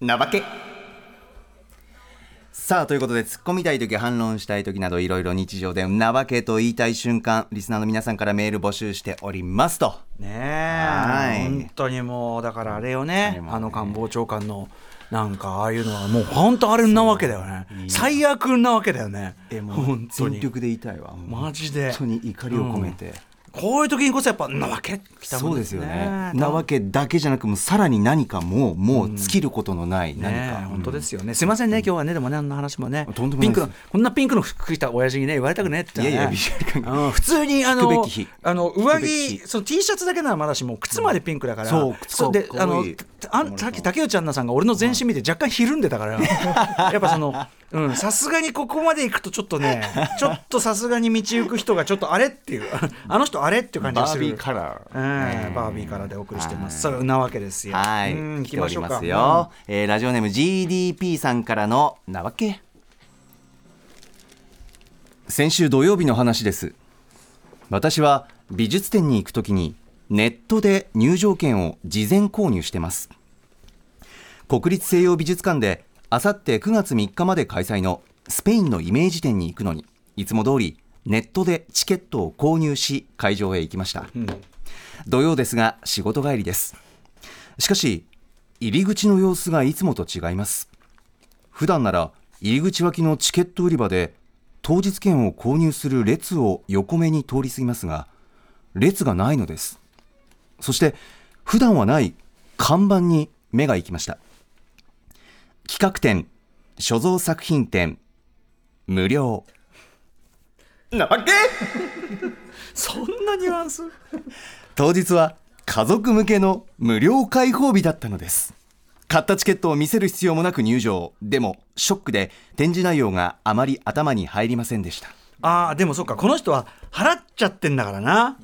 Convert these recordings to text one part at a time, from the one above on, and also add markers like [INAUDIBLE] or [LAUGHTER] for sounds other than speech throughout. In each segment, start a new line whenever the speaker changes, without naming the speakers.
なばけさあということで突っ込みたい時反論したい時などいろいろ日常でなばけと言いたい瞬間リスナーの皆さんからメール募集しておりますと
ね
はい
え本当にもうだからあれよね
れもね
あの官房長官のなんかああいうのはもう本当あれなわけだよね最悪なわけだよね本当
全
に
力で言いたいわ
マジで
本当に怒りを込めて、
こういう時にこそやっぱなわけ来た
そ
も
うんですよね。
な
なわけだけじゃなく、もうさらに何かもう、もう尽きることのない何
ねえ
か。
本当ですよね、すいませんね、今日はね、でもね、あの話もね、
とんでもないです
ピンクのこんなピンクの服着た親父にね、言われたくねってね、
いやいやビジュアル
うん普通にあの
引くべき日
あの上
引くべき
着、その T シャツだけならまだしも、靴までピンクだから、
そう靴
で
かっ
あ
こ
の
いい
あんさっき竹内アンナさんが俺の全身見て、若干ひるんで
[LAUGHS]
たから、やっぱその、うんさすがにここまで行くと、ちょっと
[LAUGHS]
ね、ちょっとさすがに道行く人が、ちょっとあれっていう、 [LAUGHS] あの人、あれっていう感じが
バ
す
ー
る。
ビーカラ
う
ー。
ん、バービーからでお送りしてます。そんなわけですよ。
はい、
うん
来ております
行きましょうか
よ、えーラジオネーム GDP さんからのなわけ先週土曜日の話です私は美術展に行くときにネットで入場券を事前購入してます国立西洋美術館であさって9月3日まで開催のスペインのイメージ展に行くのにいつも通りネットでチケットを購入し会場へ行きました、土曜ですが仕事帰りですしかし入り口の様子がいつもと違います普段なら入り口脇のチケット売り場で当日券を購入する列を横目に通り過ぎますが列がないのですそして普段はない看板に目が行きました企画展所蔵作品展無料なわけ
そんなニュアンス
当日は家族向けの無料開放日だったのです買ったチケットを見せる必要もなく入場でもショックで展示内容があまり頭に入りませんでした
ああでもそっかこの人は払っちゃってんだからな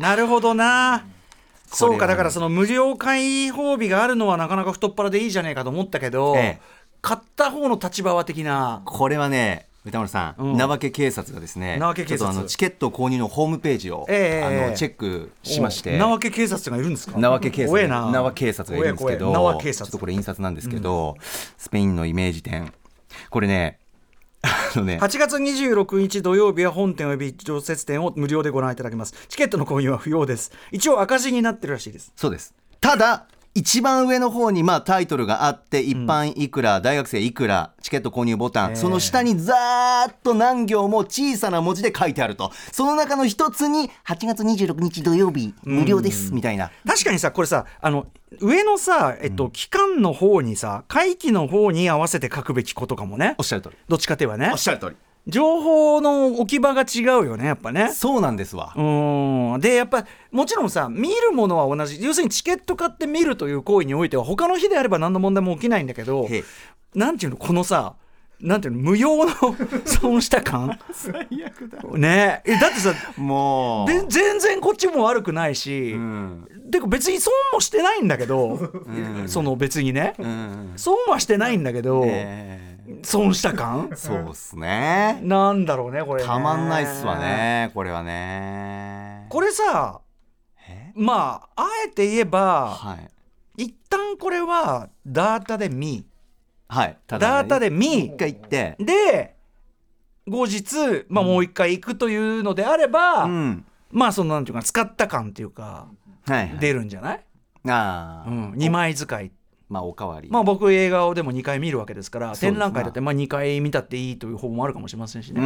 なるほどなそうかだからその無料開放日があるのはなかなか太っ腹でいいじゃねえかと思ったけど、
ええ
買った方の立場は的な
これはね歌丸さん、
うん
なわけ警察がですね
なわけ警察
ちょっとあのチケット購入のホームページを、
ええ
あのチェックしまして
おなわけ警察がいるんですか
なわけ警察
怖え
な
な
わけ警察がいるんですけど
怖え怖えなわけ警
ちょっと
察
これ印刷なんですけど、スペインのイメージ展これねあのね
8月26日土曜日は本店および常設店を無料でご覧いただけますチケットの購入は不要です一応赤字になってるらしいです
そうです。ただ、一番上の方にまあタイトルがあって、一般いくら、大学生いくら、チケット購入ボタン、
ええ
その下にざーっと何行も小さな文字で書いてあると。その中の一つに、8月26日土曜日、無料です、みたいな。
確かにさこれさあの上のさ、えっと、期間の方にさ会期の方に合わせて書くべきことかもね
おっしゃる通り。
どっちかといえばね
おっしゃる通り。
情報の置き場が違うよねやっぱね
そうなんですわ
う。ーんでやっぱもちろんさ見るものは同じ要するにチケット買って見るという行為においては他の日であれば何の問題も起きないんだけど
へえ
なんていうのこのさなんていうの無用の [LAUGHS] 損した感
[LAUGHS] 最悪だ。
ねえだってさ
もう。
で全然こっちも悪くないし、
うん。
で別に損もしてないんだけど、その別にね、
うん。
損はしてないんだけど、
えー
損した感
そうっすね。
なんだろうねこれね
たまんないっすわね、これはね。
これさ
え
まああえて言えば、
はい。
一旦これはダータで見
はい。ただ
ダ
ね
ータで見
一回行って、
で後日、まあ、もう一回行くというのであれば、
うん。
まあそのなんていうか使った感っていうか
はい、はい。
出るんじゃない、
ああ、
うん、2枚使い
まあおかわり。
まあ僕映画をでも2回見るわけですから
そうですな
展覧会だってまあ2回見たっていいという方もあるかもしれませんし
う
ね、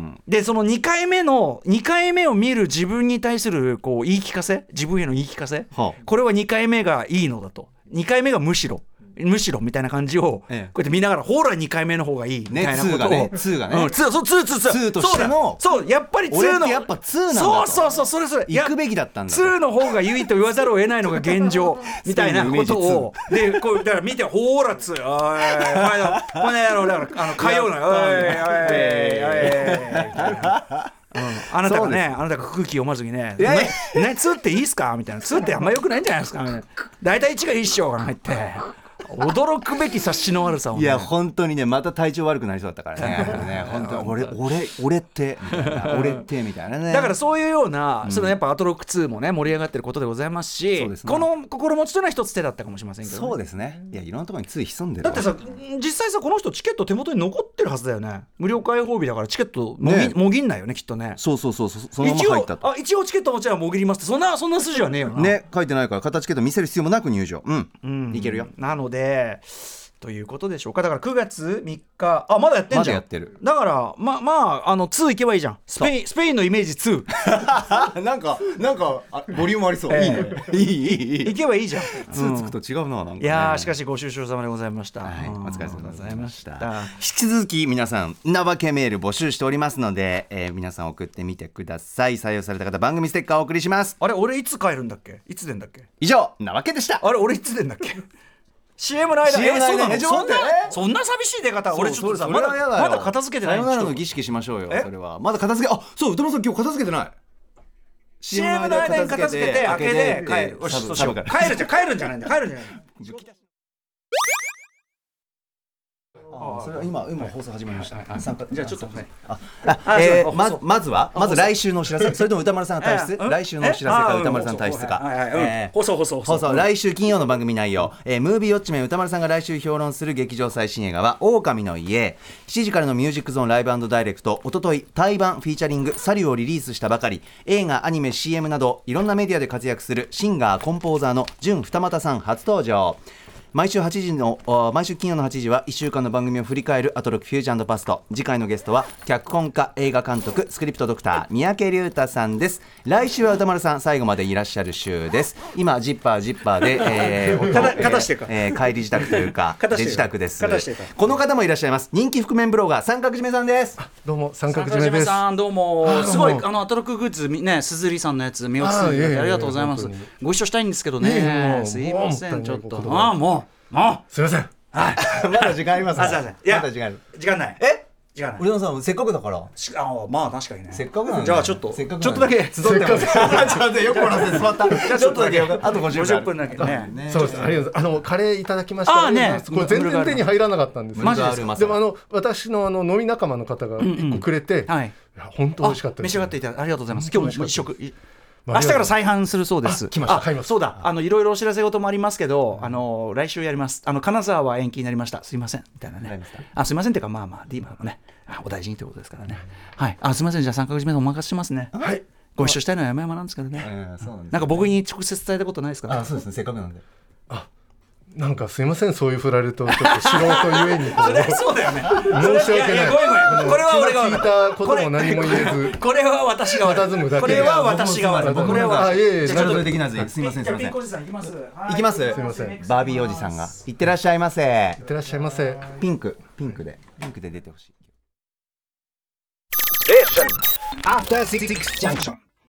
ん。
でその2回目の2回目を見る自分に対するこう言い聞かせ自分への言い聞かせ
はあ
これは2回目がいいのだと2回目がむしろむしろみたいな感じをこうや
ええ
って見ながらほら2回目の方がいいみ
ね
たいなこと
ツー
を、
がねツーがね
うん、ツーそうツーツーツー
ツーとしての
そうだそうやっぱりツ
俺
ー
っ
の
てやっぱツーなんだと
そうそうそうそれそれいや
行くべきだったんだと。
2の方が優位と言わざるを得ないのが
[LAUGHS]
現状みたいなことをでこうだから見て「ほーらつおいおいお前のこの野郎だからあの火曜のおいおいおいおいおい」みたいな。うんあなたがね、あなたが空気読まずにね、
やい
ね、ね、ツーっていいっすかみたいな、ツーってあんま良くないんじゃないですかみたいな。大体1がいいっしょが入って、お驚くべき察しの悪さを、ね、
いや本当にねまた体調悪くなりそうだったから [LAUGHS] ねね本当に俺俺俺ってみたい [LAUGHS] な俺ってみたいなね
だからそういうような、そのやっぱアトロック2もね盛り上がってることでございますし、
そうですね
この心持ちというのは一つ手だったかもしれませんけどね、
そうですねいやいろんなところについ潜んでる
だってさ実際さこの人チケット手元に残ってるはずだよね無料開放日だからチケットもぎ,、
ね
もぎんないよねきっとね
そうそうそうそうそのまま入った
一応
と
あ一応チケット持ちはもぎりますってそんなそんな筋はねえよな
ね書いてないから形チケット見せる必要もなく入場うん、
うん
いけるよ
なのでということでしょうかだから9月3日あまだやってんじ
まだ
ゃん
やって [LAUGHS] る
だからままああの2行けばいいじゃんスペインスペインのイメージ2
なんかなんかボリュームありそう、いいねいいいいいい
行けばいいじゃん
[LAUGHS] ツーつくと違うななんかね、
いやーしかしご愁傷様でございました、
はい、お疲れ様でございまし
う
た
んありがとうございま
[LAUGHS] 引き続き皆さんなわけメール募集しておりますので、えー皆さん送ってみてください採用された方番組ステッカーをお送りします
あれ俺いつ帰るんだっけいつ出んだっけ
以上なわけでした
あれ俺いつ出んだっけ CM の間
CM の間
え
えちょ
そ
っと待っ
うなのそんな
てえ
そんな寂しい出方俺ちょっとさ
そ
ま
れ
だ
はやだよ
まだ片付けてない
さ
ん
よな
で
ら
す
の儀式しましょうよそれはまだ片付けあそう歌丸さん今日片付けてない
CM の間に片付けて開けて帰るよしそうしよう帰るじゃ帰るんじゃないんだ帰るんじゃない
あそれは今今放送始まりました参加
じゃあちょっとね
あ
あ
え
そう
ー
だ
ま
放
ず
送
まずはまず来週のお知らせそれとも歌丸さんの体
え
質
えうん
来週のお知らせ
え
か
え
歌丸さんの体質か
はいはいはい
えー
放送放送
放送来週金曜の番組内容、えームービーウォッチメン歌丸さんが来週評論する劇場最新映画は「狼の家」7時からの「ミュージックゾーンライブダイレクト」おととい対バンフィーチャリング「サリュ」をリリースしたばかり映画アニメ CM などいろんなメディアで活躍するシンガーコンポーザーの純二俣さん初登場毎週8時のあ毎週金曜の8時は1週間の番組を振り返るアトロックフュージョンパスト次回のゲストは脚本家映画監督スクリプトドクター三宅龍太さんです来週は歌丸さん最後までいらっしゃる週です今ジッパージッパーで、えー、
片
音を
片して [LAUGHS] か
えーえー帰り自宅というか
片して
出自
か
宅です
片してか
この方もいらっしゃいます人気覆面ブロガー三角締めさんです
どうも三角締
中
め
島
です。
さんどうも
うも
すごいあのアトロックグッズみねすずりさんのやつ目をつついていただいて
あ
あ
あ
り
いえいえ
がとうございます
本当に
ご一緒したいんですけど
いえ
ね
もう
すいませ
も
ん
う
ちょっと
もう
ああもうも
すみません。
まだ時間あります
あすいませんいや
まだ時間ある
う時間ない
え
時間ない
宇野さんせっかくだから
しああまあ確かにね
せっかくなんで
じゃあちょっと
せ
ち
っ
ょ
か
っ
く
とだけ
集ってますちょっと待ってよくもらって座 [LAUGHS] ったちょっとだけあと50
50
分
分
ある
だけね
そうです。ありがとうございます。あのカレーいただきました。
ああね
これ全然手に入らなかったんですよ。
マジですか
マジ
でもあの私のあの飲み仲間の方が一個くれて、
はい
や本当美
あ
味しかった
召
で
し
す
上がっていただいてありがとうございます今日も一食い
ま
明
あ
日から
あ
再販するそうです。
あ来ました
あ
買います
そうだ。あのいろいろお知らせ事もありますけど、あの来週やります。あの金沢は延期になりました。すいませんみたいな
わかり
ね
ました。
あすいませんっていうかまあまあで今のねあお大事にということですからね。はい。あすいませんじゃあ三角締めでお任せしますね。
はい。
ご一緒したいのは山々なんですけどね。
うんそうなんです
なんか僕に直接伝えたことないですかね
あ。そうですねせっかくなんで
なんかすみませんそういう振られるとちょっと素人ゆえにこ
[LAUGHS]
う
[LAUGHS] そうだよね。
申し訳ない。
ごめんごめん。これは俺が悪
気
い
が付いたことも何も言えず。
これは私が悪
佇むだ
い。
け
これは私が悪い。
僕も
これは
あいえいえ
じゃあ
なるほ
ちょっ
ど
と
できないですすみませんすみません
おじさん行きます。
行きます
いません
バービーおじさんが行ってらっしゃいませ
いってらっしゃいませ。
ピンクピンクでピンクで出てほしい
After Six Junction.